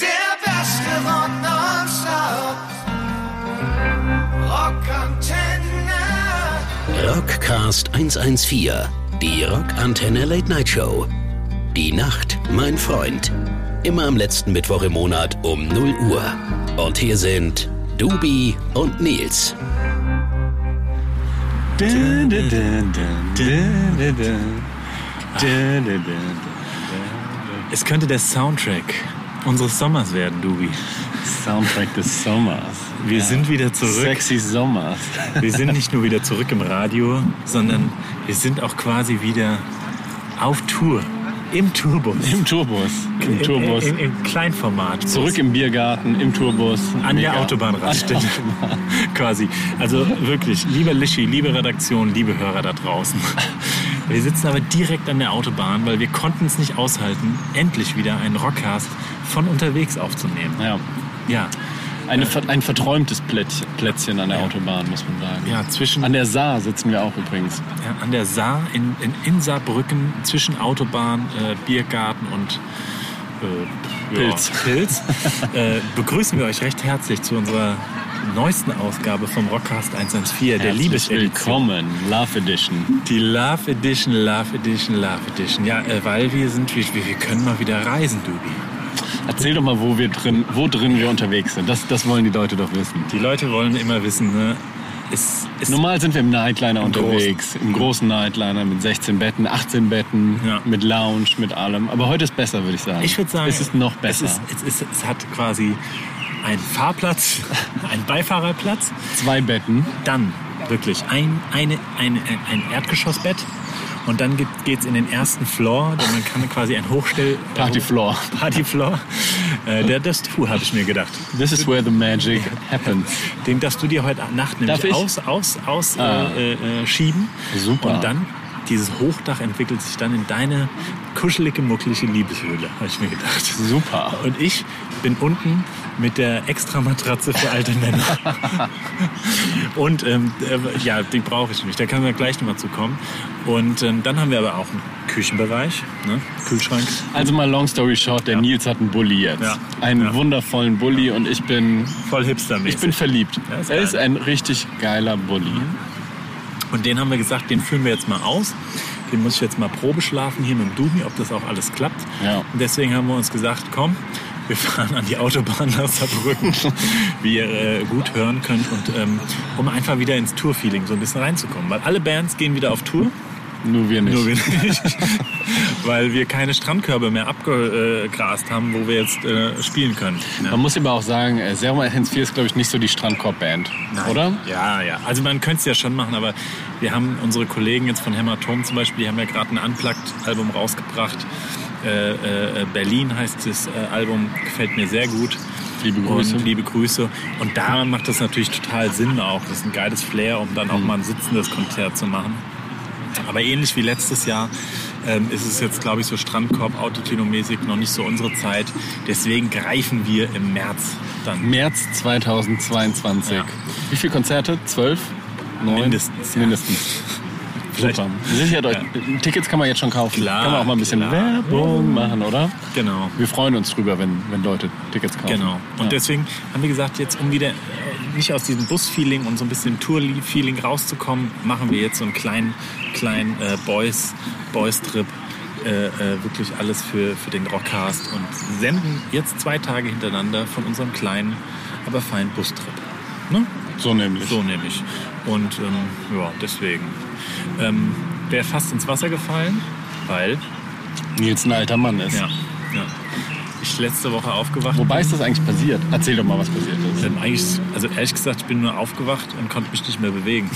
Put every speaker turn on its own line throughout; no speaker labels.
er er,
Rockcast 114, die Rockantenne Late Night Show. Die Nacht, mein Freund. Immer am letzten Mittwoch im Monat um 0 Uhr. Und hier sind Dubi und Nils.
Dun, dun, dun, dun, dun, dun, dun. Dun, dun, dun, dun.
Es könnte der Soundtrack unseres Sommers werden, Dubi.
Soundtrack des Sommers.
Wir sind wieder zurück.
Sexy Sommers.
Wir sind nicht nur wieder zurück im Radio, sondern wir sind auch quasi wieder auf Tour. Im Tourbus.
Im Tourbus. Im Tourbus.
Im, im, im Kleinformat.
Zurück im Biergarten, im Tourbus.
An der
Mega.
Autobahnraststätte. Quasi. Also wirklich, lieber Lischi, liebe Redaktion, liebe Hörer da draußen. Wir sitzen aber direkt an der Autobahn, weil wir konnten es nicht aushalten, endlich wieder einen Rockcast von unterwegs aufzunehmen.
Ja.
Ja,
Eine, ver- ein verträumtes Plättchen, Plätzchen an der Autobahn, muss man sagen.
ja zwischen
An der Saar sitzen wir auch übrigens.
ja, Äh, an der Saar in, in, in Saarbrücken zwischen Autobahn, äh, Biergarten und äh, ja,
Pilz.
Pilz äh, begrüßen wir euch recht herzlich zu unserer neuesten Ausgabe vom Rockcast 114, der
Herzlich
Liebesedition.
Willkommen, Love Edition.
Die Love Edition, Love Edition, Love Edition. Ja, äh, weil wir sind, wir, wir wir können mal wieder reisen, Dubi.
Erzähl doch mal, wo wir drin, wo drin wir unterwegs sind. Das, das wollen die Leute doch wissen.
Die Leute wollen immer wissen, ne? Ist, ist
Normal sind wir im Nightliner
Im
unterwegs, im großen Nightliner mit 16 Betten, 18 Betten,
Ja.
mit Lounge, mit allem. Aber heute ist besser, würde ich sagen.
Ich würde sagen,
es ist noch besser.
Es, ist, es, ist, es hat quasi einen Fahrplatz, einen Beifahrerplatz,
Zwei Betten,
dann wirklich ein, eine, ein, ein Erdgeschossbett und dann geht es in den ersten Floor, denn man kann quasi ein Hochstell...
Partyfloor.
Partyfloor. Äh, der darfst du, habe ich mir gedacht.
This is where the magic happens.
Den darfst du dir heute Nacht
Darf ich?
nämlich aus, aus, aus
Ah.
äh, äh, schieben.
Super.
Und dann, dieses Hochdach entwickelt sich dann in deine kuschelige, muckelige Liebeshöhle, habe ich mir gedacht.
Super.
Und ich bin unten mit der Extramatratze für alte Männer. Und ähm, äh, ja, die brauche ich nicht. Da können wir gleich nochmal zu kommen. Und ähm, dann haben wir aber auch einen Küchenbereich, ne? Kühlschrank.
Also mal long story short, der Nils hat einen Bulli jetzt.
Ja.
Einen
Ja.
wundervollen Bulli und ich bin,
Voll hipstermäßig.
ich bin verliebt.
Ja, ist
er
geil.
ist ein richtig geiler Bulli.
Und den haben wir gesagt, den führen wir jetzt mal aus. Den muss ich jetzt mal Probe schlafen hier mit dem Dumi, ob das auch alles klappt.
Ja.
Und deswegen haben wir uns gesagt, komm, wir fahren an die Autobahn nach Saarbrücken, wie ihr äh, gut hören könnt. Und ähm, um einfach wieder ins Tour-Feeling so ein bisschen reinzukommen. Weil alle Bands gehen wieder auf Tour,
Nur wir nicht.
nur wir nicht. weil wir keine Strandkörbe mehr abgegrast haben, wo wir jetzt äh, spielen können. Ja.
Man muss aber auch sagen, äh, Serum 114 ist, glaube ich, nicht so die Strandkorb-Band,
Nein.
oder?
Ja, ja. Also man könnte es ja schon machen, aber wir haben unsere Kollegen jetzt von Hämatom zum Beispiel, die haben ja gerade ein Unplugged-Album rausgebracht. Äh, äh, Berlin heißt das äh, Album, gefällt mir sehr gut.
Liebe Grüße.
Und liebe Grüße. Und daran macht das natürlich total Sinn auch. Das ist ein geiles Flair, um dann auch
Mhm.
mal ein sitzendes Konzert zu machen. Aber ähnlich wie letztes Jahr ähm, ist es jetzt, glaube ich, so Strandkorb, Autokino-mäßig noch nicht so unsere Zeit. Deswegen greifen wir im März dann
März 2022.
Ja.
Wie viele Konzerte? Zwölf? Neun?
Mindestens, ja.
Mindestens.
Vielleicht-
Super. Sichert euch. Tickets kann man jetzt schon kaufen.
Klar,
kann man auch mal ein bisschen
klar.
Werbung machen, oder?
Genau.
Wir freuen uns drüber, wenn, wenn Leute Tickets kaufen.
Genau. Und
ja.
deswegen haben wir gesagt, jetzt um wieder äh, nicht aus diesem Bus-Feeling und so ein bisschen Tour-Feeling rauszukommen, machen wir jetzt so einen kleinen, kleinen äh, Boys, Boys-Trip. Äh, äh, wirklich alles für, für den Rockcast und senden jetzt zwei Tage hintereinander von unserem kleinen, aber feinen Bustrip. Ne?
So nämlich.
So nämlich. Und ähm, ja, deswegen. Ähm, Wäre fast ins Wasser gefallen, weil.
Nils ein alter Mann ist.
Ja, ja. Ich letzte Woche aufgewacht
Wobei ist das eigentlich passiert? Erzähl doch mal, was passiert ist.
Ähm, eigentlich, also ehrlich gesagt, ich bin nur aufgewacht und konnte mich nicht mehr bewegen.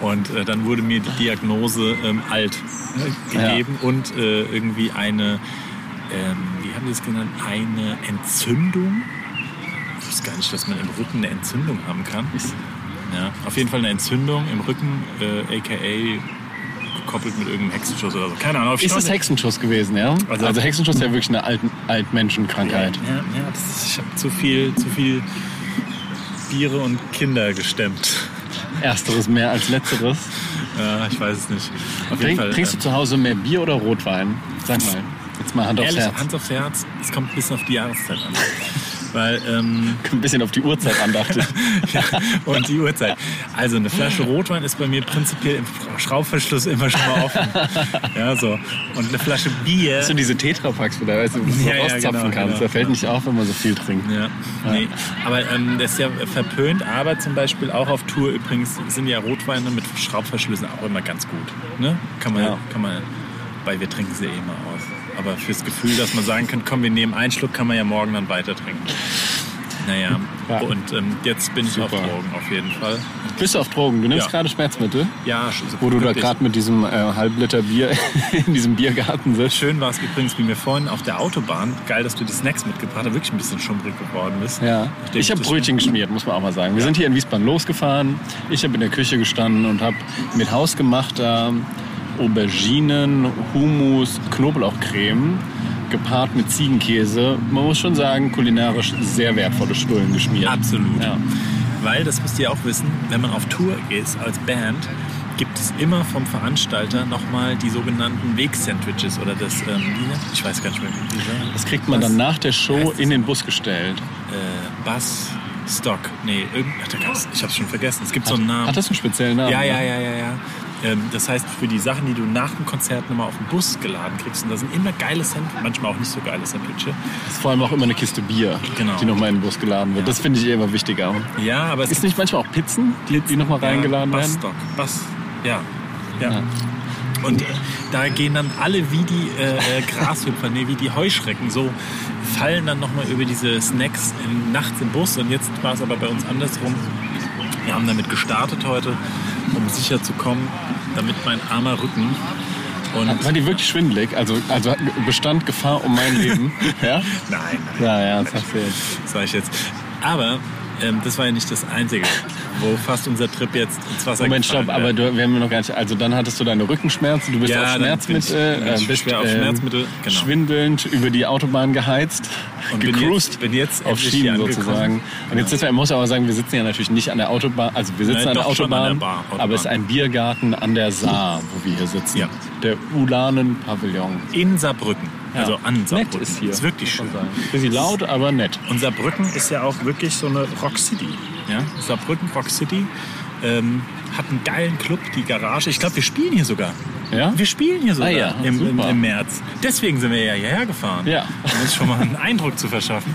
und äh, dann wurde mir die Diagnose ähm, alt äh, gegeben und äh, irgendwie eine, ähm, wie haben die es genannt, eine Entzündung. Ich wusste gar nicht, dass man im Rücken eine Entzündung haben kann. Ja, auf jeden Fall eine Entzündung im Rücken, äh, aka gekoppelt mit irgendeinem Hexenschuss oder so. Keine Ahnung. auf
Ist es
Stolz-
Hexenschuss gewesen, ja? Also,
Also-
Hexenschuss ist ja wirklich eine alten, Altmenschenkrankheit.
Ja, ja das ist, ich habe zu viel, zu viel Biere und Kinder gestemmt.
Ersteres mehr als letzteres.
Ja, ich weiß es nicht. Auf
Trink,
jeden Fall.
trinkst du zu Hause mehr Bier oder Rotwein? Sag mal. Jetzt mal Hand
ähm,
aufs
ehrlich,
Herz.
Hand aufs Herz, es kommt ein bisschen auf die Jahreszeit an. Weil, ähm,
Ein bisschen auf die Uhrzeit andachtet.
ja, und die Uhrzeit. Also eine Flasche Rotwein ist bei mir prinzipiell im Schraubverschluss immer schon mal offen. Ja, so. Und eine Flasche Bier.
Hast du diese Tetrapacks wieder, weißt du, wo du
Ja, ja,
rauszapfen
genau,
kannst?
genau.
Da fällt nicht auf, wenn man so viel trinkt.
Ja, nee. Aber ähm, das ist ja verpönt, aber zum Beispiel auch auf Tour übrigens sind ja Rotweine mit Schraubverschlüssen auch immer ganz gut. Ne? Kann man,
Ja.
kann man, weil wir trinken sie eh immer aus. Aber fürs Gefühl, dass man sagen kann, komm, wir nehmen einen Schluck, kann man ja morgen dann weiter trinken. Naja,
Ja.
und ähm, jetzt bin ich auf
Super.
Drogen auf jeden Fall.
Bist du auf Drogen? Du nimmst
Ja.
gerade Schmerzmittel?
Ja, sch-
Wo du da
wirklich.
gerade mit diesem äh, Halbliter Bier in diesem Biergarten sitzt.
Schön war es übrigens, wie mir vorhin auf der Autobahn, geil, dass du die Snacks mitgebracht hast, wirklich ein bisschen schummrig geworden bist.
Ja.
Nachdem
Ich habe
das-
Brötchen geschmiert, muss man auch mal sagen. Wir sind hier in Wiesbaden losgefahren. Ich habe in der Küche gestanden und habe mit hausgemachter Auberginen, Hummus, Knoblauchcreme gepaart mit Ziegenkäse. Man muss schon sagen, kulinarisch sehr wertvolle Stullen geschmiert.
Absolut.
Ja.
Weil, das müsst ihr auch wissen, wenn man auf Tour ist als Band, gibt es immer vom Veranstalter nochmal die sogenannten Weg-Sandwiches oder das, ähm, wie nennt- ich weiß gar nicht mehr, wie die sagen.
Das kriegt man
Was?
dann nach der Show
Heißt es-
in den Bus gestellt.
Äh, Bass, Stock, nee, irgend, ach, da gab's, ich hab's schon vergessen. Es gibt so einen Namen.
Hat das einen speziellen Namen?
Ja, ja, ja, ja, ja. Ähm, das heißt, für die Sachen, die du nach dem Konzert nochmal auf den Bus geladen kriegst, und da sind immer geile Sandwiches, manchmal auch nicht so geile Sandwiches.
Das ist vor allem auch immer eine Kiste Bier,
Genau.
die nochmal in den Bus geladen wird. Das finde ich eh immer wichtiger.
Ja, aber es
Ist nicht manchmal auch Pizzen, die, die nochmal reingeladen
ja,
werden?
Bassstock. Bass, ja. ja. Und äh, da gehen dann alle wie die äh, äh, Grashüpfer, nee, wie die Heuschrecken, so fallen dann nochmal über diese Snacks in, nachts im Bus. Und jetzt war es aber bei uns andersrum. Wir haben damit gestartet heute, um sicher zu kommen, damit mein armer Rücken. Und
War die wirklich schwindelig? Also, also bestand Gefahr um mein Leben? ja?
nein, nein,
Ja, ja, das sagst du jetzt.
sag ich jetzt. Aber ähm, das war ja nicht das Einzige, wo fast unser Trip jetzt ins Wasser
Moment,
gefallen
stopp,
wäre.
aber du, wir haben noch gar nicht. Also dann hattest du deine Rückenschmerzen, du bist
Ja,
auf
dann bin
Schmerzmittel,
ich- bin
äh,
ich
bist
schwer auf
ähm,
Schmerzmittel, genau.
schwindelnd über die Autobahn geheizt,
Und bin
gecruised
jetzt- bin jetzt
auf
endlich hier
Schienen
angekommen.
sozusagen. Und jetzt
Genau.
ist man muss aber sagen, wir sitzen ja natürlich nicht an der Autobahn, also wir sitzen
Nein,
an der
doch schon
Autobahn,
an der Bar- Autobahn.
aber es ist ein Biergarten an der Saar, wo wir hier sitzen.
Ja.
Der Ulanen-Pavillon.
in Saarbrücken. Also an Saarbrücken.
Nett ist hier.
Ist wirklich schön.
Bisschen laut, aber nett.
Und Saarbrücken ist ja auch wirklich so eine Rock City. Ja? Saarbrücken Rock City ähm, hat einen geilen Club, die Garage. Ich glaube, wir spielen hier sogar.
Ja?
Wir spielen hier sogar
Ah, ja.
im, im,
Super.
im März. Deswegen sind wir ja hierher gefahren.
Ja.
Um uns schon mal einen Eindruck zu verschaffen.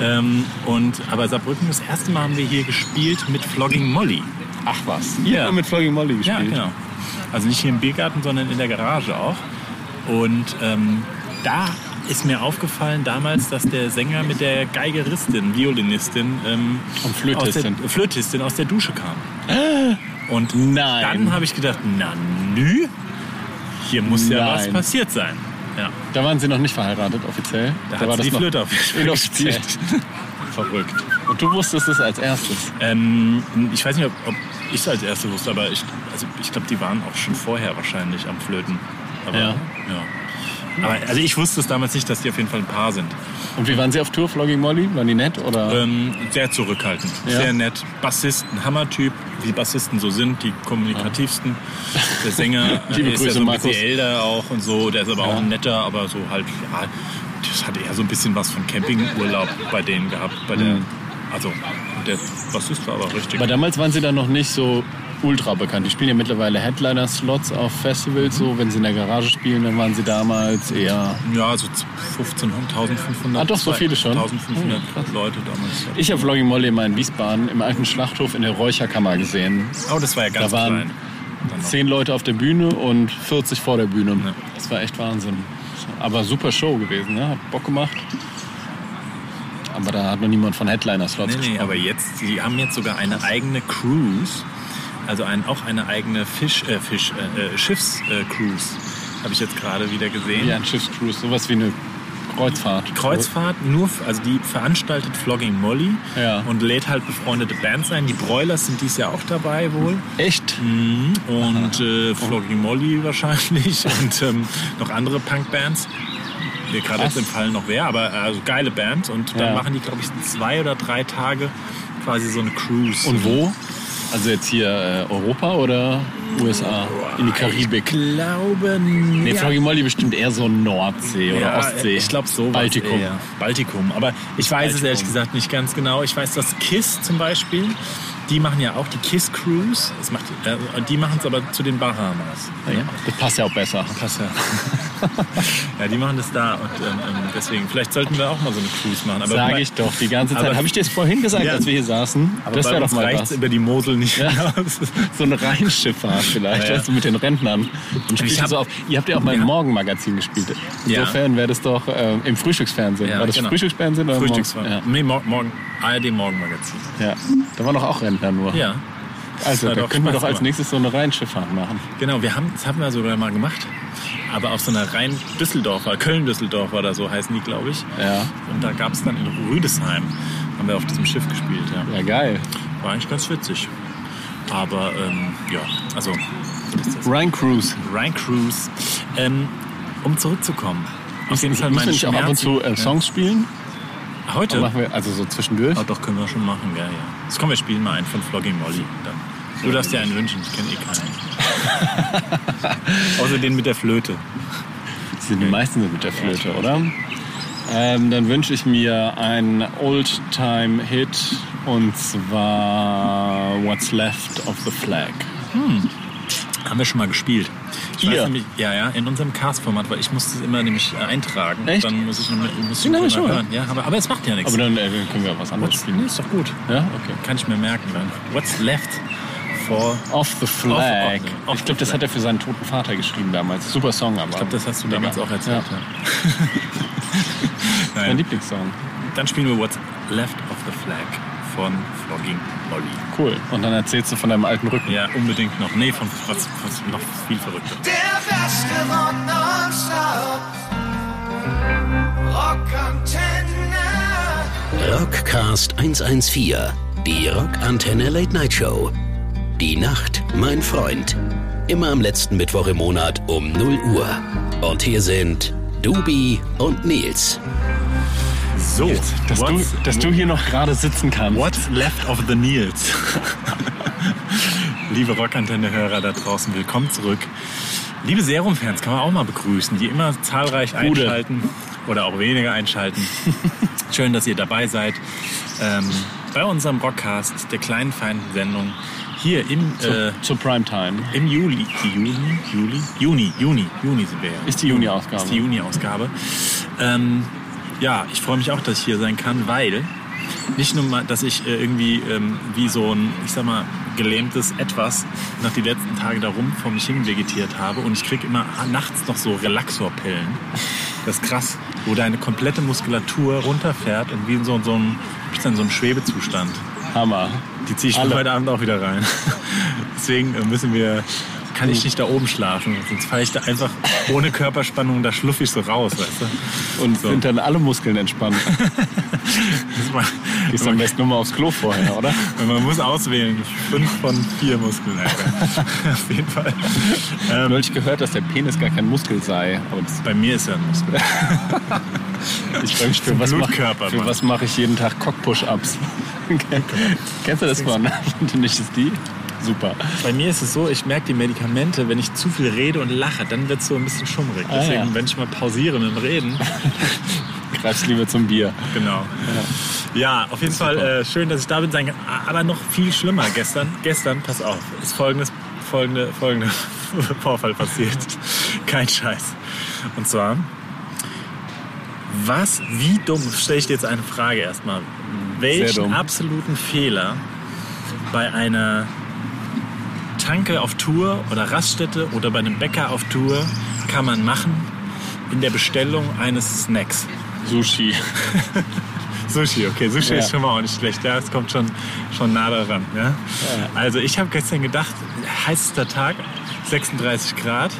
Ähm, und, aber Saarbrücken, das erste Mal haben wir hier gespielt mit Flogging Molly.
Ach was.
Ja.
Ja. Mit Flogging Molly
Ja,
gespielt.
genau. Also nicht hier im Biergarten, sondern in der Garage auch. Und ähm, da ist mir aufgefallen damals, dass der Sänger mit der Geigeristin, Violinistin ähm,
Und Flötistin.
Aus der, Flötistin aus der Dusche kam. Und
Nein.
dann habe ich gedacht, na nü, hier muss ja was
Nein.
passiert sein. Ja,
Da waren sie noch nicht verheiratet offiziell.
da, hat
war
sie die
noch
Flöte auf jeden Fall
inoffiziell.
gespielt. Verrückt.
Und du wusstest es als erstes.
Ähm, ich weiß nicht, ob, ob ich es als Erste wusste, aber ich, also ich glaube, die waren auch schon vorher wahrscheinlich am Flöten. Aber,
Ja.
Aber also ich wusste es damals nicht, dass die auf jeden Fall ein Paar sind.
Und wie waren sie auf Tour, Flogging Molly? Waren die nett? Oder?
Ähm, sehr zurückhaltend,
Ja.
sehr nett. Bassist, ein Hammertyp, wie Bassisten so sind, die kommunikativsten. Der Sänger äh,
Liebe
ist
Grüße,
ja so ein bisschen
Markus.
älter auch und so, der ist aber auch
Ja.
ein netter, aber so halt, ja, das hat eher so ein bisschen was von Campingurlaub bei denen gehabt. Bei der,
Mhm.
also der Bassist war aber richtig.
Aber damals waren sie dann noch nicht so ultra bekannt. Die spielen ja mittlerweile Headliner-Slots auf Festivals. So, wenn sie in der Garage spielen, dann waren sie damals eher.
Ja, also so 15, 1500.
Ah, doch, so viele schon? Hm,
1500 Leute damals.
Ich habe Flogging Molly immer in Wiesbaden im alten Schlachthof in der Räucherkammer gesehen.
Oh, das war ja ganz
Da waren
klein. Dann noch.
Zehn Leute auf der Bühne und 40 vor der Bühne.
Ja.
Das war echt Wahnsinn. Aber super Show gewesen, ne? Hat Bock gemacht. Aber da hat noch niemand von Headliner-Slots
Nee, nee, aber jetzt, die haben jetzt sogar eine eigene Cruise. Also ein, auch eine eigene Fisch, äh, Fisch, äh, äh, Schiffscruise. Äh, Cruise. Habe ich jetzt gerade wieder gesehen.
Wie ein Schiffscruise, sowas wie eine Kreuzfahrt.
Kreuzfahrt, nur, f- also die veranstaltet Flogging Molly
Ja.
und lädt halt befreundete Bands ein. Die Broilers sind dies Jahr auch dabei wohl.
Echt?
Mhm. und äh, Flogging Molly wahrscheinlich und ähm, noch andere Punk-Bands. Mir gerade
Krass.
jetzt entfallen noch wer, aber äh, also geile Bands. Und dann
Ja.
machen die, glaube ich, zwei oder drei Tage quasi so eine Cruise.
Und wo? Also jetzt hier äh, Europa oder USA, in die Karibik.
glaube nicht.
Nee, Froggy Molly bestimmt eher so Nordsee oder
Ja,
Ostsee.
Ich glaube sowas.
Baltikum.
Eher. Baltikum. Aber ich weiß es
Baltikum.
ehrlich gesagt nicht ganz genau. Ich weiß, dass Kiss zum Beispiel, die machen ja auch die Kiss Cruise. Das macht, äh, die machen es aber zu den Bahamas. ne?
Ja, das passt ja auch besser.
Passt ja. ja, die machen das da und ähm, ähm, deswegen, vielleicht sollten wir auch mal so eine Cruise machen. Aber
Sage ich doch die ganze Zeit.
Aber-
Habe ich dir das vorhin gesagt,
Ja.
als wir hier saßen?
Aber
das
bei
wäre doch
uns
mal
reicht's
was.
über die Mosel nicht
Ja.
hinaus.
So eine Rheinschifffahrt vielleicht,
Ja, ja.
weißt du, mit den Rentnern. Und
Ich
ich
hab-
so auf. Ihr habt ja auch mal
Ja.
im Morgenmagazin gespielt.
Ja.
Insofern wäre das doch ähm, im Frühstücksfernsehen.
Ja,
war das
genau.
Frühstücksfernsehen oder
Frühstücksfahrt.
morgens?
Nee, mor morgen. ARD Morgenmagazin.
Ja. ja, da waren doch auch Rentner nur.
Ja.
also,
hat
da
auch
können wir
Spaß
doch als
gemacht.
nächstes so eine Rheinschifffahrt machen.
Genau, wir haben, das haben wir sogar mal gemacht. Aber auf so einer rein Düsseldorfer, Köln-Düsseldorfer oder so heißen die, glaube ich.
Ja.
Und da gab es dann in Rüdesheim, haben wir auf diesem Schiff gespielt. Ja.
Ja, geil.
War eigentlich ganz witzig. Aber ähm, ja, also
Rhein Cruise.
Ryan Cruise. Ähm, um zurückzukommen. Auf jeden Fall
Müssen wir
meine
nicht auch ab und zu
Schmerzen.
äh, Songs spielen?
Ja. Heute?
Machen wir also so zwischendurch.
Ah, doch, können wir schon machen, ja, ja. Das kommen wir spielen mal einen von Floggy Molly. Dann. Du darfst dir einen wünschen, ich kenne eh keinen. Außer den mit der Flöte.
Die Sind die meisten sind mit der Flöte, oder? Ähm, dann wünsche ich mir einen Old-Time-Hit und zwar What's Left of the Flag.
Haben wir schon mal gespielt. Ich
Ihr?
weiß nämlich, ja, ja, in unserem Cast-Format, weil ich musste es immer nämlich äh, eintragen.
Echt?
Dann muss ich noch mit, muss ich
Den
noch
hab ich
mal
schon mal.
hören. Ja, aber, aber es macht ja nichts.
Aber dann äh, können wir auch was anderes
What's,
spielen.
nee, ist doch gut.
Ja, okay.
Kann ich mir merken dann. What's left for.
Off the Flag.
Off- off- off
ich glaube,
the
das hat er für seinen toten Vater geschrieben damals. Super Song, aber. Ich
Ich glaube, das hast du damals auch erzählt.
Ja.
Ja.
Mein
Nein.
Lieblingssong.
Dann spielen wir What's left of the flag von Flogging Molly.
Cool. Und dann erzählst du von deinem alten Rücken.
Ja, unbedingt noch. Nee, von was, was noch viel verrückter.
Der beste Rock nonstop. Rock Antenne.
Rockcast 114, die Rockantenne Late Night Show. Die Nacht, mein Freund. Immer am letzten Mittwoch im Monat um 0 Uhr. Und hier sind Dubi und Nils.
So,
Dass, du,
what's,
dass du hier noch gerade sitzen kannst.
what's left of the Nils? Liebe Rockantenne-Hörer da draußen, willkommen zurück. Liebe Serum-Fans kann man auch mal begrüßen, die immer zahlreich
Gute.
einschalten oder auch weniger einschalten. Schön, dass ihr dabei seid ähm, bei unserem Rockcast, der kleinen feinen Sendung hier im, äh,
Zur Primetime.
im Juli, Juli, Juli, Juni, Juni, Juni sind wir ja.
Ist die Juni-Ausgabe.
Das ist die Juni-Ausgabe. Ähm, ja, ich freue mich auch, dass ich hier sein kann, weil nicht nur mal, dass ich äh, irgendwie ähm, wie so ein, ich sag mal, gelähmtes Etwas nach die letzten Tage darum vor mich hin vegetiert habe und ich krieg immer nachts noch so Relaxorpillen. Das ist krass, wo deine komplette Muskulatur runterfährt und wie in so, so ein, bist dann so ein Schwebezustand.
Hammer.
Die ziehe ich
Alle.
heute Abend auch wieder rein. Deswegen äh, müssen wir, kann ich nicht da oben schlafen, sonst falle ich da einfach ohne Körperspannung, da schluff ich so raus, weißt du?
Und
So.
sind dann alle Muskeln entspannt.
Das war-
Gehst am besten nochmal aufs Klo vorher, oder?
Und man muss auswählen. Fünf von vier Muskeln. Alter. Auf jeden Fall.
Ähm, Neulich gehört, dass der Penis gar kein Muskel sei. Aber das,
Bei mir ist er ein Muskel.
ich frage mich, für was
Blutkörper,
mache für
Mann.
was mache ich jeden Tag Cock-Push-Ups? Kennst du das von? Du nicht ist die? Super.
Bei mir ist es so, ich merke die Medikamente, wenn ich zu viel rede und lache, dann wird es so ein bisschen schummrig.
Ah,
Deswegen,
ja.
wenn ich mal pausiere mit dem Reden.
Greifst lieber zum Bier.
Genau. Ja, auf jeden Fall äh, schön, dass ich da bin. Sein kann. Aber noch viel schlimmer gestern. Gestern, pass auf, ist folgendes, folgende, folgende Vorfall passiert. Kein Scheiß. Und zwar, was, wie dumm, stelle ich dir jetzt eine Frage erstmal.
dumm.
Welchen absoluten Fehler bei einer Tanke auf Tour oder Raststätte oder bei einem Bäcker auf Tour kann man machen in der Bestellung eines Snacks?
Sushi.
Sushi, okay, Sushi
Ja.
ist schon mal auch nicht schlecht. Ja, es kommt schon, schon nah daran. Ja? Also ich habe gestern gedacht, heißester Tag, 36 Grad.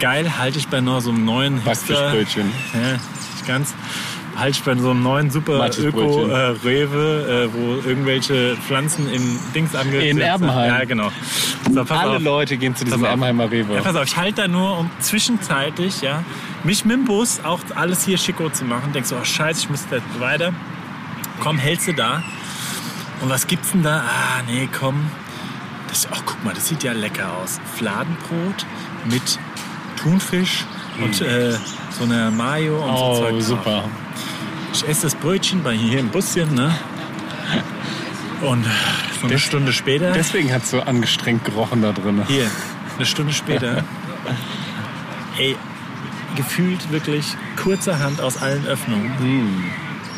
Geil, halte ich bei noch so einem neuen Hipster-
Backfischbrötchen.
Ja, nicht ganz. Halte ich bei so einem neuen super
Matjesbrötchen.
Öko-Rewe, äh, wo irgendwelche Pflanzen in Dings angesetzt
In Erbenheim.
Ja, genau. So, pass
Alle
auf.
Leute gehen zu diesem
Pass auf.
Erbenheimer
Ja,
Rewe.
pass auf, ich halte da nur, um zwischenzeitlich, ja, mich mit dem Bus auch alles hier schicko zu machen. Denkst du, oh scheiße, ich muss da weiter. Komm, hältst du da. Und was gibt's denn da? Ah, nee, komm. Das, oh, guck mal, das sieht ja lecker aus. Fladenbrot mit Thunfisch und äh, so einer Mayo und so Zeug.
Hm. Oh,
drauf.
super.
Ich esse das Brötchen bei hier im Buschen, ne? Und äh, so eine
Des-
Stunde später.
Deswegen hat es so angestrengt gerochen da drin.
Hier, eine Stunde später. Ey, gefühlt wirklich kurzerhand aus allen Öffnungen.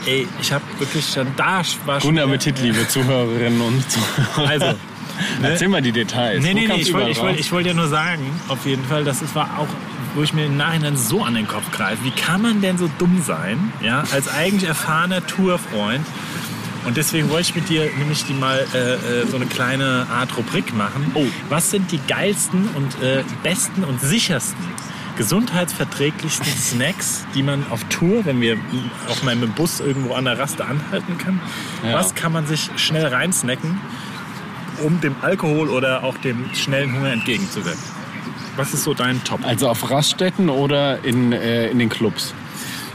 Ey, ich habe wirklich schon da war schon.
Mm. Guten Appetit, liebe Zuhörerinnen und Zuhörer.
Also,
Erzähl mal die Details.
nee,
Wo
nee, nee,
kam's
ich
überall
wollte ich wollt,
raus?
ich wollt ja nur sagen, auf jeden Fall, dass es war auch, wo ich mir im Nachhinein so an den Kopf greife. Wie kann man denn so dumm sein, ja, als eigentlich erfahrener Tourfreund? Und deswegen wollte ich mit dir nämlich die mal äh, äh, so eine kleine Art Rubrik machen.
Oh.
Was sind die geilsten und äh, besten und sichersten gesundheitsverträglichsten Snacks, die man auf Tour, wenn wir auf meinem Bus irgendwo an der Raste anhalten kann,
Ja.
was kann man sich schnell reinsnacken, um dem Alkohol oder auch dem schnellen Hunger entgegenzuwirken? Was ist so dein Top?
Also auf Raststätten oder in, äh, in den Clubs?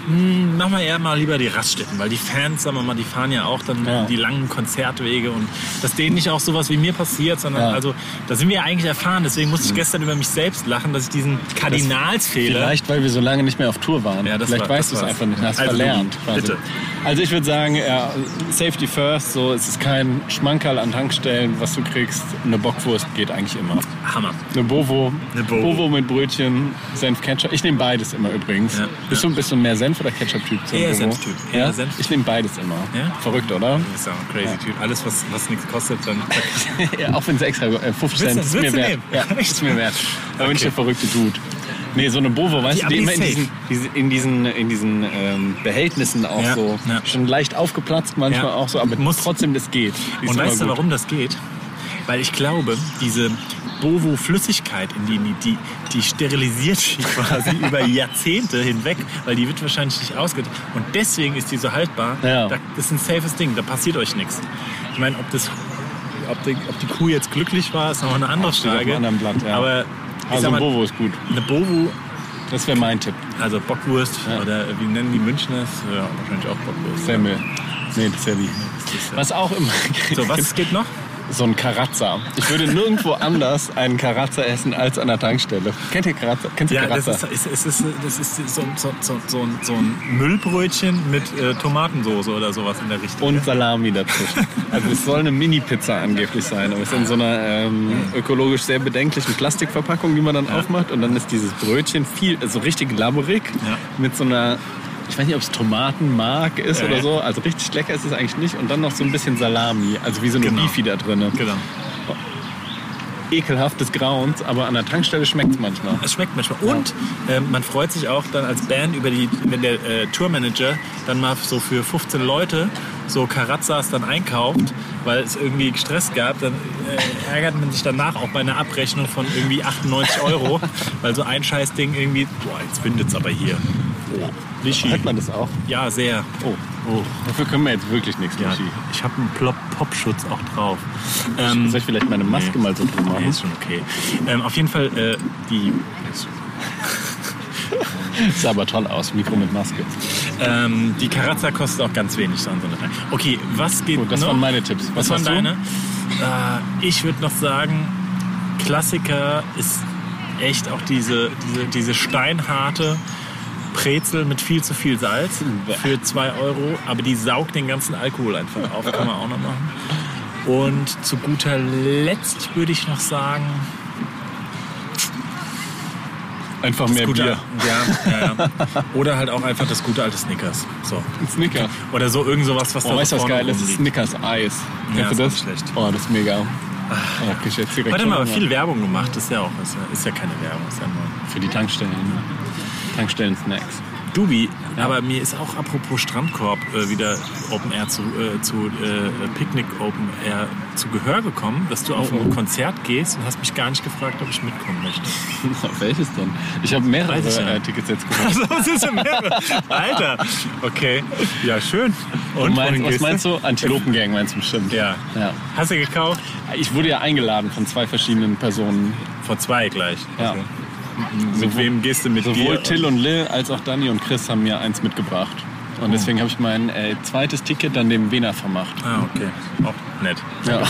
Machen wir eher mal lieber die Raststätten, weil die Fans, sagen wir mal, die fahren ja auch dann
Ja.
die langen Konzertwege und dass denen nicht auch sowas wie mir passiert, sondern
Ja. Mhm.
also da sind wir ja eigentlich erfahren. Deswegen musste ich gestern über mich selbst lachen, dass ich diesen Kardinalsfehler.
Vielleicht, weil wir so lange nicht mehr auf Tour waren.
Ja, das
Vielleicht
war-
weißt du
das
es
war's.
einfach nicht. Hast
Also,
verlernt.
Luki,
quasi.
bitte.
Also ich würde sagen, ja, Safety first. So, es ist kein Schmankerl an Tankstellen, was du kriegst. Eine Bockwurst geht eigentlich immer.
Hammer.
Eine Bovo.
Eine Bovo.
mit Brötchen, Senf, Ketchup. Ich nehme beides immer übrigens.
Ja,
bist, Du, bist du mehr Senf oder Ketchup-Typ? so ein
Eher
Bovo?
Senf-Typ, eher
Ja?
Senf.
Ich nehme beides immer.
Ja?
Verrückt, oder?
Das ist ja ein crazy Typ. Alles, was, was nichts kostet, dann.
Ja, auch wenn es extra äh, 50 Cent
Willst
ist
du-
mir
willst du
wert.
nehmen?
Ja, ist mir wert. Da bin ich der verrückte Dude. Nee, so eine Bovo, weißt
Die
du, die immer
aber
in
die ist
diesen, diese- in diesen, in diesen ähm, Behältnissen auch
Ja,
so
ja.
schon leicht aufgeplatzt, manchmal
Ja.
auch so, aber
Muss-
trotzdem, das geht. Die ist
Und
immer
weißt du,
gut.
warum das geht? Weil ich glaube, diese Bovo-Flüssigkeit, in die, die, die sterilisiert sie quasi über Jahrzehnte hinweg, weil die wird wahrscheinlich nicht ausgedacht. Und deswegen ist die so haltbar.
Ja.
Da, das ist ein safes Ding, da passiert euch nichts. Ich meine, ob, das, ob, die, ob die Kuh jetzt glücklich war, ist nochmal eine andere
Steht auf
Frage.
einem anderen Blatt, ja.
Aber ich
Also
sag
ein
mal,
Bovo ist gut.
eine Bovo,
Das wäre mein Tipp.
also Bockwurst oder wie nennen die Münchner es? Ja, wahrscheinlich auch Bockwurst.
Semmel. Nee, das ist ja die.
Das ist ja-
Was auch immer.
So, was geht noch?
So ein Karatzer. Ich würde nirgendwo anders einen Karatzer essen als an der Tankstelle. Kennt ihr Karatzer? Kennst du
Ja, das
Karatzer?
ist, es ist, es ist, das ist so, so, so, so, ein- so ein Müllbrötchen mit äh, Tomatensoße oder sowas in der Richtung.
und Salami dazwischen. Also es soll eine Mini-Pizza angeblich sein, aber es ist in so einer ähm, ökologisch sehr bedenklichen Plastikverpackung, die man dann aufmacht und dann ist dieses Brötchen viel, also richtig labberig
Ja.
mit so einer, ich weiß nicht, ob es Tomatenmark ist
Ja,
oder
ja.
so, also richtig lecker ist es eigentlich nicht und dann noch so ein bisschen Salami, also wie so eine
Genau.
Beefy da drin.
Genau.
Ekelhaft des Grauens, aber an der Tankstelle schmeckt es manchmal.
Es schmeckt manchmal. Und äh, man freut sich auch dann als Band über die, wenn der äh, Tourmanager dann mal so für 15 Leute so Karazzas dann einkauft, weil es irgendwie Stress gab, dann äh, ärgert man sich danach auch bei einer Abrechnung von irgendwie 98 Euro, weil so ein Scheißding irgendwie, boah, jetzt windet's aber hier. Oh, Lishi.
Hört man das auch?
Ja, sehr.
Oh.
Oh.
Dafür können wir jetzt wirklich nichts,
Ja,
Lucy.
ich habe einen Plop Popschutz auch drauf.
Soll ich vielleicht meine Maske
Ähm, nee.
mal so drum
nee,
machen?
ist schon okay. Ähm, auf jeden Fall äh, die.
Sah aber toll aus, Mikro mit Maske.
Ähm, die Karazza kostet auch ganz wenig so an so einer Tag. Okay, was geht
Gut, das
noch?
waren meine Tipps.
Was,
Was
Ne? waren
hast du?
deine? Äh, ich würde noch sagen, Klassiker ist echt auch diese, diese, diese steinharte Brezel mit viel zu viel Salz für 2 Euro, aber die saugt den ganzen Alkohol einfach auf, kann man auch noch machen. Und zu guter Letzt würde ich noch sagen,
Einfach mehr
gute,
Bier.
Ja, ja, ja. oder halt auch einfach das gute alte Snickers. So.
Snicker.
Oder so irgend sowas, was
Oh,
da
weißt du,
so
was
vorne
geil ist?
rumliegt.
Snickers Eis.
Ja,
Kennst du
das
das?
ist nicht schlecht. Ah.
Oh, das ist mega. Oh, krieg ich jetzt direkt
Warte
schon
mal, aber
Hunger.
viel Werbung gemacht, ist ja auch, ist ja, ist ja keine Werbung, ist ja nur.
Für die Tankstellen. ne? Tankstellen-Snacks.
Dubi, aber mir ist auch apropos Strandkorb äh, wieder Open Air zu, äh, zu äh, Picknick Open Air zu Gehör gekommen, dass du auf
Oh.
ein Konzert gehst und hast mich gar nicht gefragt, ob ich mitkommen möchte.
Welches denn? Ich habe mehrere
Weiß ich ja.
äh, Tickets jetzt geholt.
Also, was ist denn mehrere? Alter, okay. Ja, schön.
Du
Und
meinst,
wohin
was
gehst
meinst du? Antilopengang meinst du bestimmt.
Ja.
ja.
Hast du gekauft?
Ich wurde ja eingeladen von zwei verschiedenen Personen.
Vor zwei gleich.
Ja.
Okay. Mit wem gehst du mit
Sowohl
dir?
Till und Lil als auch Dani und Chris haben mir eins mitgebracht. Und deswegen habe ich mein äh, zweites Ticket dann dem Wiener vermacht.
Ah, okay. Auch nett.
Ja,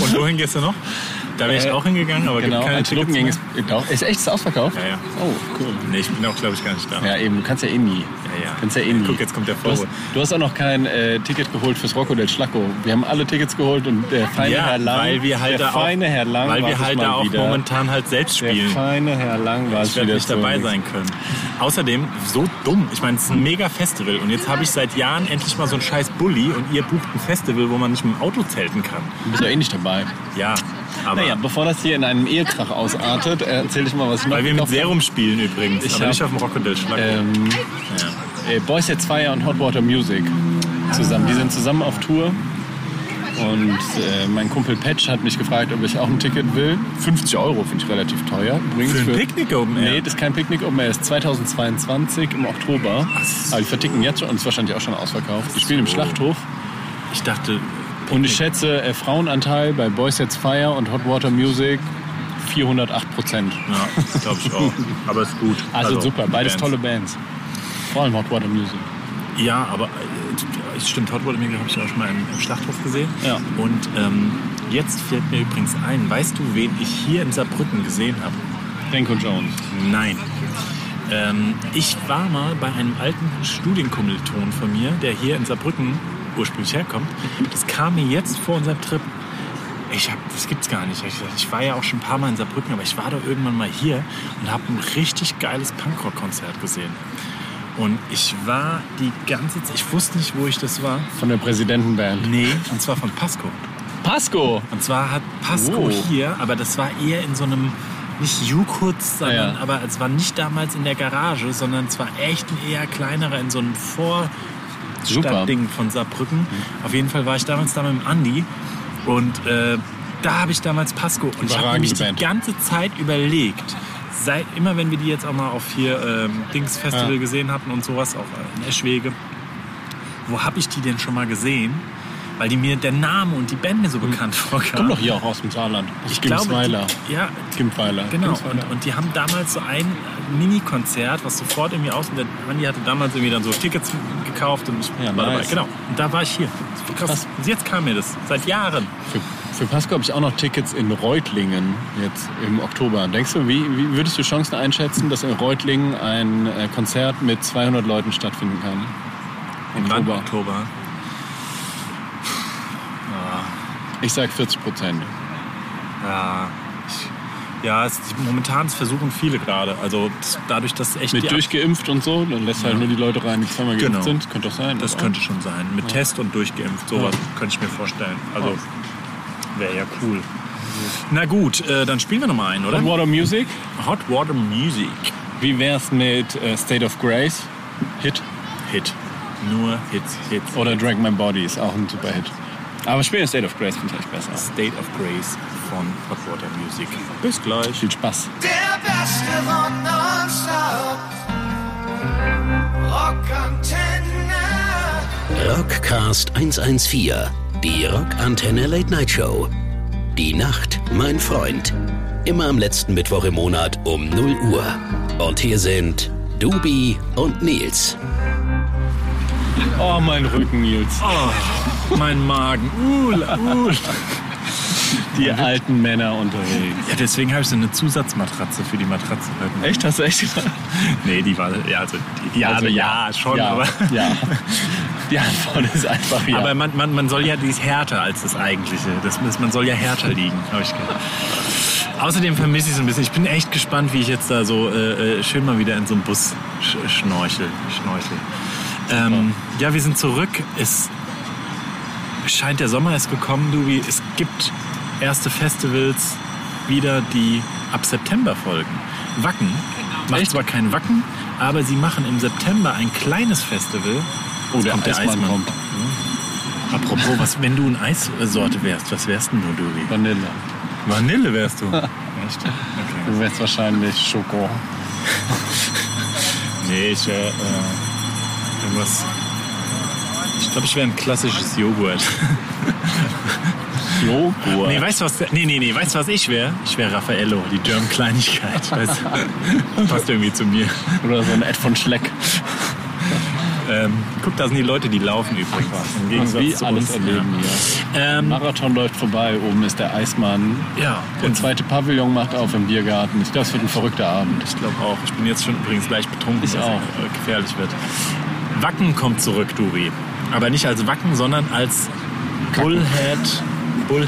Und wohin gehst du noch? Da wäre ich
Äh,
auch hingegangen, aber
genau.
gibt keine
Als
Tickets
ging
mehr.
es. Doch, Ist echt ist ausverkauft?
Ja, ja.
Oh, cool.
Nee, ich bin auch, glaube ich, gar nicht da.
Ja, eben, du kannst ja eh nie.
Ja, ja.
Kannst ja eh nie.
Guck, jetzt kommt der
du hast,
Vorwurf.
du hast auch noch kein äh, Ticket geholt fürs Rocco del Schlacco. Wir haben alle Tickets geholt und der feine
Ja,
Herr Lang.
weil wir halt
der
da auch,
feine Herr Lang
weil
war
wir
es
halt
mal
da auch
wieder.
momentan halt selbst
Der
spielen.
feine Herr Lang war es
Ich werde
wieder
nicht
so
dabei
nix.
sein können. Außerdem, so dumm. Ich meine, es ist ein mega Festival und jetzt habe ich seit Jahren endlich mal so einen scheiß Bulli und ihr bucht ein Festival, wo man nicht mit dem Auto zelten kann.
Du bist ja eh nicht dabei.
Ja, aber
Naja, bevor das hier in einem Ehekrach ausartet, äh, erzähl ich mal, was ich noch
weil wir mit
gekauft habe.
Serum spielen übrigens,
Ich
aber
hab-
nicht auf dem Rockendell Schlag.
ähm, äh, Boys Hits Fire und Hot Water Music zusammen. Die sind zusammen auf Tour. Und äh, mein Kumpel Patch hat mich gefragt, ob ich auch ein Ticket will. 50 Euro finde ich relativ teuer. Übrigens
Für ein Picknick Open Air?
Nee, das ist kein Picknick Open Air. Das ist 2022 im Oktober. Aber die verticken jetzt schon und ist wahrscheinlich auch schon ausverkauft. Die spielen im
So.
Schlachthof.
Ich dachte,
Und ich schätze äh, Frauenanteil bei Boys Hits Fire und Hot Water Music 408 Prozent.
ja, glaube ich auch. Aber ist gut.
Also, super, beides
Bands.
tolle Bands. Vor allem Hot Water Music.
Ja, aber äh, stimmt, Hot Water Mega habe ich auch schon mal im, im Schlachthof gesehen.
Ja.
Und ähm, jetzt fällt mir übrigens ein, weißt du, wen ich hier in Saarbrücken gesehen habe?
Renko Jones.
Nein. Ähm, ich war mal bei einem alten Studienkommilitonen von mir, der hier in Saarbrücken ursprünglich herkommt. Das kam mir jetzt vor unserem Trip. Ich hab, das gibt's gar nicht. Ich, ich war ja auch schon ein paar Mal in Saarbrücken, aber ich war doch irgendwann mal hier und habe ein richtig geiles Punkrock-Konzert gesehen. Und ich war die ganze Zeit, ich wusste nicht, wo ich das war.
Von der Präsidentenband.
Nee, und zwar von Pasco.
Pasco!
Und zwar hat Pasco
Oh.
hier, aber das war eher in so einem, nicht Jukuts, sondern,
Ah, Ja.
aber es war nicht damals in der Garage, sondern es war echt ein eher kleinerer, in so einem Vorstadtding von Saarbrücken. Auf jeden Fall war ich damals da mit dem Andi und äh, da habe ich damals Pasco. Und ich habe
Überragende
mich die
Band.
ganze Zeit überlegt, seit, immer wenn wir die jetzt auch mal auf hier ähm, Dings Festival
Ja.
gesehen hatten und sowas, auch äh, in Eschwege, wo habe ich die denn schon mal gesehen? Weil die mir der Name und die Band mir
Hm.
so bekannt vorkamen.
Komm doch hier auch aus dem Saarland. Aus
Ich glaube,
Gimpsweiler.
die- Ja,
Gimpweiler.
genau. Und,
Gimpsweiler.
und die haben damals so ein Mini-Konzert, was sofort irgendwie aus. Und der Andi hatte damals irgendwie dann so Tickets gekauft und ich
Ja,
war
nice.
dabei. Genau. Und da war ich hier. Das war krass.
Krass.
Und jetzt kam mir das. Seit Jahren.
Für, für Pasco habe ich auch noch Tickets in Reutlingen jetzt im Oktober. Denkst du, wie, wie würdest du Chancen einschätzen, dass in Reutlingen ein äh, Konzert mit 200 Leuten stattfinden kann?
Im
Oktober.
Oktober.
Ich sag 40 Prozent.
Ja. Ich- Ja, es, momentan versuchen viele gerade. Also das- dadurch, dass echt
Mit
die
durchgeimpft und so, dann lässt halt nur die Leute rein, die zweimal geimpft
Genau.
sind. Könnte doch sein.
Das
oder?
könnte schon sein. Mit Test und durchgeimpft, sowas könnte ich mir vorstellen. Also wäre ja cool. Na gut, äh, dann spielen wir nochmal einen, oder?
Hot Water Music.
Hot Water Music.
Wie wär's mit äh, State of Grace? Hit.
Hit. Nur Hits, Hits.
Oder Drag My Body ist auch ein super Hit. Aber später State of Grace finde ich besser.
State of Grace von Hot Water Music. Bis gleich.
Viel Spaß.
Der Beste von nonstop. Rock Antenne.
Rockcast 114, die Rockantenne Late Night Show. Die Nacht, mein Freund. Immer am letzten Mittwoch im Monat um 0 Uhr. Und hier sind Dubi und Nils.
Oh, mein Rücken, Nils.
Oh, mein Magen. Uh, uh.
Die alten Männer unterwegs.
Ja, deswegen habe ich so eine Zusatzmatratze für die Matratze.
Echt? Hast du echt gedacht?
Nee, die war. Ja, also, die, ja, also, ja, schon,
ja,
aber.
Ja. Die Antwort ist einfach ja.
Aber man, man, man soll ja, die ist härter als das eigentliche. Das, muss- man soll ja härter liegen, habe ich gehört. Außerdem vermisse ich es ein bisschen. Ich bin echt gespannt, wie ich jetzt da so äh, äh, schön mal wieder in so einem Bus sch äh, schnorchel. schnorchel. Ähm, ja, wir sind zurück. Es scheint der Sommer ist gekommen, Dubi. Es gibt erste Festivals wieder, die ab September folgen. Wacken macht
Echt?
zwar kein Wacken, aber sie machen im September ein kleines Festival.
Oh,
Jetzt
der Eismann kommt.
Apropos, was, wenn du eine Eissorte wärst, was wärst denn du, Dubi?
Vanille.
Vanille wärst du. Echt? Okay.
Du wärst wahrscheinlich Schoko.
Nee, ich wäre äh, irgendwas. Ich glaube, ich wäre ein klassisches Joghurt.
Joghurt.
Nee, weißt du was? Nee, nee, nee, weißt du, was ich wäre? Ich wäre Raffaello, die Germ-Kleinigkeit. Weißt du? Passt irgendwie zu mir.
Oder so ein Ed von Schleck.
Ähm, guck, da sind die Leute, die laufen übrigens. Im
Was
Gegensatz
wir
zu
alles
uns.
erleben
ja.
hier.
Ähm,
Marathon läuft vorbei, oben ist der Eismann.
ja,
Der zweite Pavillon macht auf im Biergarten. Ich glaube, es wird ein verrückter Abend.
Ich glaube auch. Ich bin jetzt schon übrigens leicht betrunken,
Ich
was
auch.
äh, gefährlich wird. Wacken kommt zurück, Duri. Aber nicht als Wacken, sondern als Bullhead. Bull,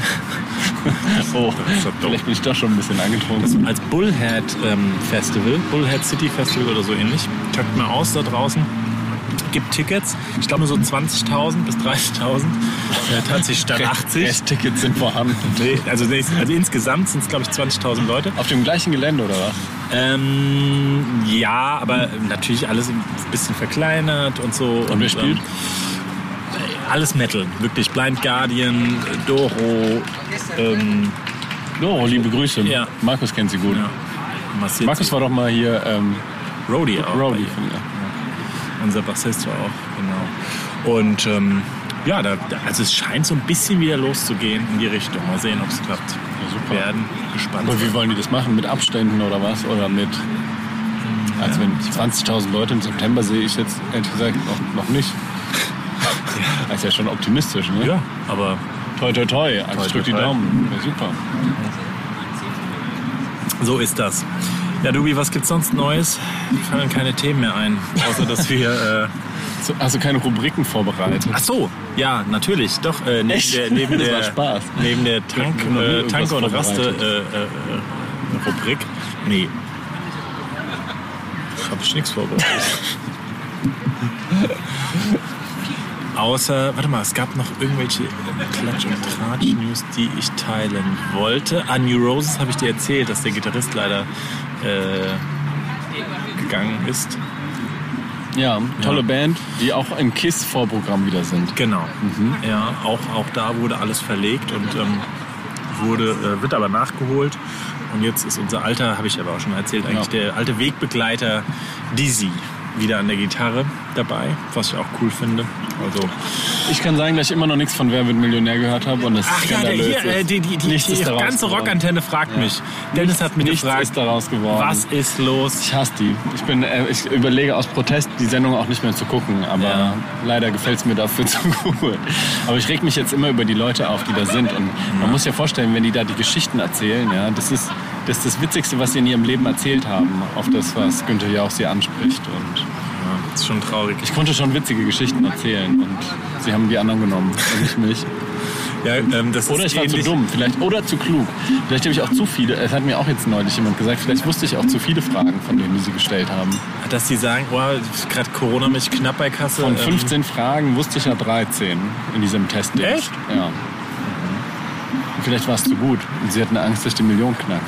Oh,
ist doch doof.
vielleicht bin ich doch schon ein bisschen angetrunken.
als Bullhead ähm, Festival, Bullhead City Festival oder so ähnlich. Checkt mal aus da draußen. Gibt Tickets. Ich glaube so 20.000 bis 30.000. Äh, tatsächlich statt 80.
Resttickets sind vorhanden.
Nee, also, nee, also insgesamt sind es glaube ich 20.000 Leute.
Auf dem gleichen Gelände, oder was?
Ähm, ja, aber natürlich alles ein bisschen verkleinert und so. Und,
wer spielt?
Ähm, alles Metal, wirklich. Blind Guardian, äh, Doro, ähm,
Oh, liebe Grüße.
Ja.
Markus kennt sie gut.
ja. Massiert
Markus war doch mal hier ähm,
Rody auch.
Rowdy.
bei ihr. Unser Bassist war auch, genau. Und ähm, ja, da, da- also es scheint so ein bisschen wieder loszugehen in die Richtung. Mal sehen, ob es klappt.
super.
Wir werden gespannt.
Aber wie wollen die das machen? Mit Abständen oder was? Oder mit. Also, wenn ich 20.000 Leute im September sehe, ich jetzt ehrlich gesagt noch, noch nicht. Das ist ja schon optimistisch, ne?
ja, aber
Toi, toi, toi. Also,
Toi,
ich drück die
toi, toi.
Daumen. Ja, super.
So ist das. Ja, Dubi, was gibt's sonst Neues? Mir fallen keine Themen mehr ein, außer dass wir. Äh
So, Hast du keine Rubriken vorbereitet?
Ach so, ja, natürlich, doch. Äh, neben
Echt?
der, neben
Das
der,
war Spaß.
Neben der Tank,
noch nie
äh,
irgendwas
Tank und Raste
vorbereitet.
äh, äh, äh, Rubrik. Nee. Hab ich nichts vorbereitet. Außer, warte mal, es gab noch irgendwelche Klatsch- und Tratsch-News, die ich teilen wollte. An New Roses habe ich dir erzählt, dass der Gitarrist leider äh, gegangen ist.
Ja, tolle
Ja.
Band, die auch im KISS-Vorprogramm wieder sind.
Genau. Ja, auch, auch da wurde alles verlegt und ähm, wurde, äh, wird aber nachgeholt. Und jetzt ist unser alter, habe ich aber auch schon erzählt, eigentlich
Ja.
der alte Wegbegleiter Dizzy wieder an der Gitarre dabei, was ich auch cool finde. Also,
Ich kann sagen, dass ich immer noch nichts von Wer wird Millionär gehört habe und das
ach ja, der,
skandalös
hier, äh,
ist.
die, die, die,
Nichts
die
ist daraus
ganze
geworden.
Rockantenne fragt mich. Dennis hat mich
Nichts
gefragt,
ist daraus geworden.
was ist los?
Ich hasse die. Ich, bin, äh, ich überlege aus Protest, die Sendung auch nicht mehr zu gucken. Aber
Ja.
leider gefällt es mir dafür zu gut. Aber ich reg mich jetzt immer über die Leute auf, die da sind. Und man muss ja vorstellen, wenn die da die Geschichten erzählen, ja, das ist das, ist das Witzigste, was sie in ihrem Leben erzählt haben. Auf das, was Günther Jauch sie anspricht. Und
Ja, das ist schon traurig.
ich konnte schon witzige Geschichten erzählen. Und sie haben die anderen genommen und nicht mich.
Ja, ähm, das
Oder
ist
ich war zu
ähnlich-
dumm, vielleicht. Oder zu klug. Vielleicht habe ich auch zu viele. Es hat mir auch jetzt neulich jemand gesagt, vielleicht wusste ich auch zu viele Fragen, von denen die sie gestellt haben.
Dass die sagen, oh, gerade Corona mich knapp bei Kasse.
Von
ähm,
15 Fragen wusste ich ja 13 in diesem Test.
Echt?
Ja. Und Vielleicht war es zu gut. Und sie hatten Angst, dass ich die Million knacke.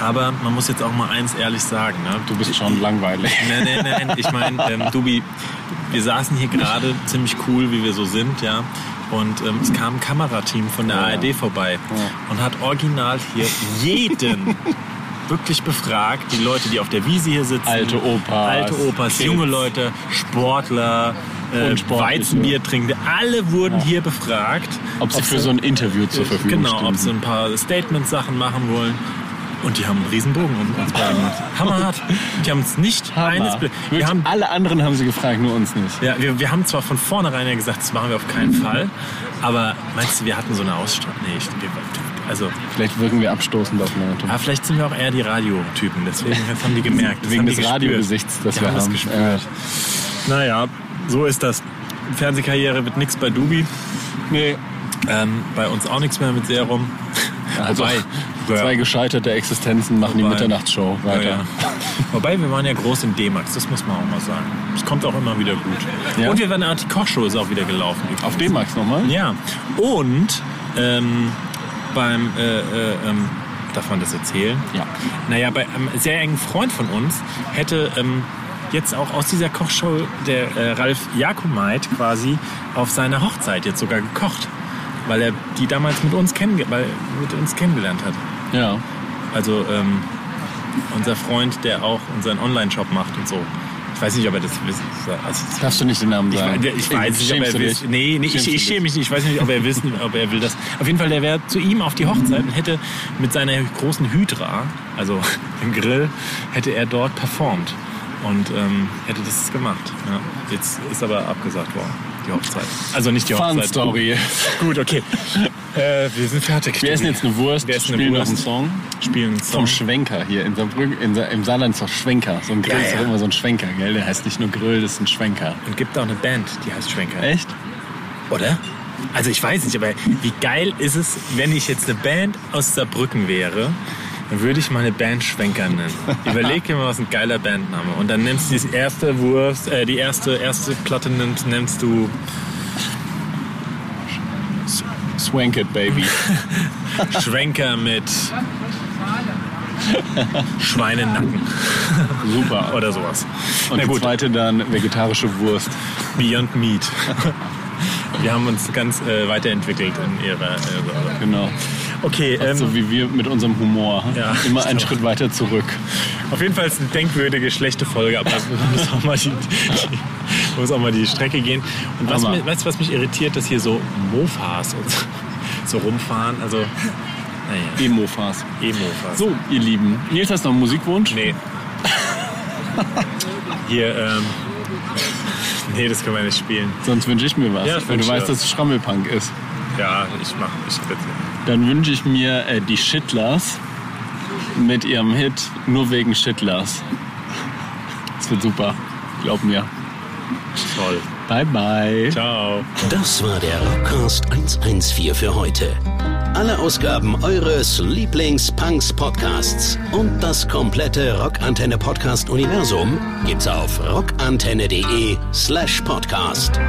Aber man muss jetzt auch mal eins ehrlich sagen. Ne?
Du bist schon langweilig.
Nein, nein, nein. Ich meine, ähm, Dubi, wir saßen hier gerade ziemlich cool, wie wir so sind, ja. Und ähm, es kam ein Kamerateam von der ARD vorbei und hat original hier jeden wirklich befragt. Die Leute, die auf der Wiese hier sitzen.
Alte Opas,
Alte Opas,
Kids.
junge Leute, Sportler, äh,
Und Sportliche.
Weizenbier trinkende. Alle wurden hier befragt.
Ob sie für so ein Interview zur Verfügung
Genau,
stehen.
ob sie ein paar Statement-Sachen machen wollen. Und die haben einen Riesenbogen um uns beide gemacht. Hammerhart. Die haben uns nicht
Hammer.
eines... Bl-
Wirklich,
Wir haben,
alle anderen haben sie gefragt, nur uns nicht.
ja, wir, wir haben zwar von vornherein ja gesagt, das machen wir auf keinen Fall. Aber meinst du, wir hatten so eine Ausstrahlung? Nee, ich, wir, also,
Vielleicht wirken wir abstoßend auf Leute.
ja, vielleicht sind wir auch eher die Radiotypen. Deswegen das haben die gemerkt. Das
Wegen
haben die
des
gespürt.
Radiogesichts, das
Die
wir
haben das
haben.
gespürt.
Ja.
Naja, so ist das. Fernsehkarriere wird nichts bei Dubi.
Nee,
Ähm, bei uns auch nichts mehr mit Serum.
Also
Wobei-
zwei gescheiterte Existenzen machen die
Wobei-
Mitternachtsshow weiter.
Ja, ja. Wobei, wir waren ja groß im D-Max, das muss man auch mal sagen. Es kommt auch immer wieder gut.
Ja.
Und wir waren, die Kochshow ist auch wieder gelaufen. übrigens.
Auf D-Max nochmal?
Ja. Und ähm, beim, äh, äh, ähm, darf man das erzählen?
Ja.
Naja, bei einem sehr engen Freund von uns hätte ähm, jetzt auch aus dieser Kochshow der äh, Ralf Jakomait quasi auf seiner Hochzeit jetzt sogar gekocht. Weil er die damals mit uns, kennenge weil, mit uns kennengelernt hat.
Ja.
Also ähm, unser Freund, der auch unseren Online-Shop macht und so. Ich weiß nicht, ob er das wissen. Also,
Darfst du nicht den Namen
ich,
sagen?
weiß- ich weiß nicht, ob
Schämst
er
du
will.
dich?
Nee, nee ich,
Schämst du
ich
dich?
schäme mich nicht. Ich weiß nicht, ob er wissen, ob er will das. Auf jeden Fall, der wäre zu ihm auf die Hochzeit und hätte mit seiner großen Hydra, also im Grill, hätte er dort performt. und ähm, hätte das gemacht. Ja. Jetzt ist aber abgesagt worden, die Hochzeit. Also nicht die
Fun
Hochzeit.
Story.
Gut, okay. äh, wir sind fertig.
Wir essen jetzt eine Wurst,
Wir essen eine
spielen noch
Wurst.
einen Song.
Spielen
Vom
Song.
Schwenker hier in Saarbrücken, in Sa im Saarland ist doch Schwenker. So ein Grill
Ja,
ist doch
ja.
immer so ein Schwenker, gell? Der heißt nicht nur Grill, das ist ein Schwenker.
Und gibt auch eine Band, die heißt Schwenker.
Echt?
Oder? Also ich weiß nicht, aber wie geil ist es, wenn ich jetzt eine Band aus Saarbrücken wäre, dann würde ich meine Band Schwenker nennen. Überleg dir mal, was ein geiler Bandname. Und dann nimmst du die erste Wurst, äh, die erste, erste Platte nimmst, nimmst du
Swank it, baby.
Schwenker mit Schweinenacken
Super.
oder sowas.
Und
Na
die
gut,
zweite dann vegetarische Wurst.
Beyond Meat. Wir haben uns ganz äh, weiterentwickelt in ihrer. Äh,
Genau.
okay, ähm,
so wie wir mit unserem Humor.
Ja,
Immer einen
so.
Schritt weiter zurück.
Auf jeden Fall ist eine denkwürdige, schlechte Folge, aber es muss auch mal die, die, muss auch mal die Strecke gehen. Und was,
Hammer.
mir, weißt, du, was mich irritiert, dass hier so Mofas und so, so rumfahren, also naja,
Emo-Phase.
E-Mofas.
So, ihr Lieben. Nils, hast du noch einen Musikwunsch?
Nee. Hier, ähm, nee, das können wir nicht spielen.
Sonst wünsche ich mir was.
Ja, ich
Weil du
wünsch dir
weißt,
was.
dass es Schrammelpunk ist.
Ja, ich mach, ich bitte.
Dann wünsche ich mir äh, die Schittlers mit ihrem Hit Nur wegen Schittlers. Das wird super. Glaub mir.
Toll.
Bye, bye.
Ciao.
Das war der Rockcast 114 für heute. Alle Ausgaben eures Lieblings-Punks-Podcasts und das komplette Rockantenne-Podcast-Universum gibt's auf rockantenne.de/slash podcast.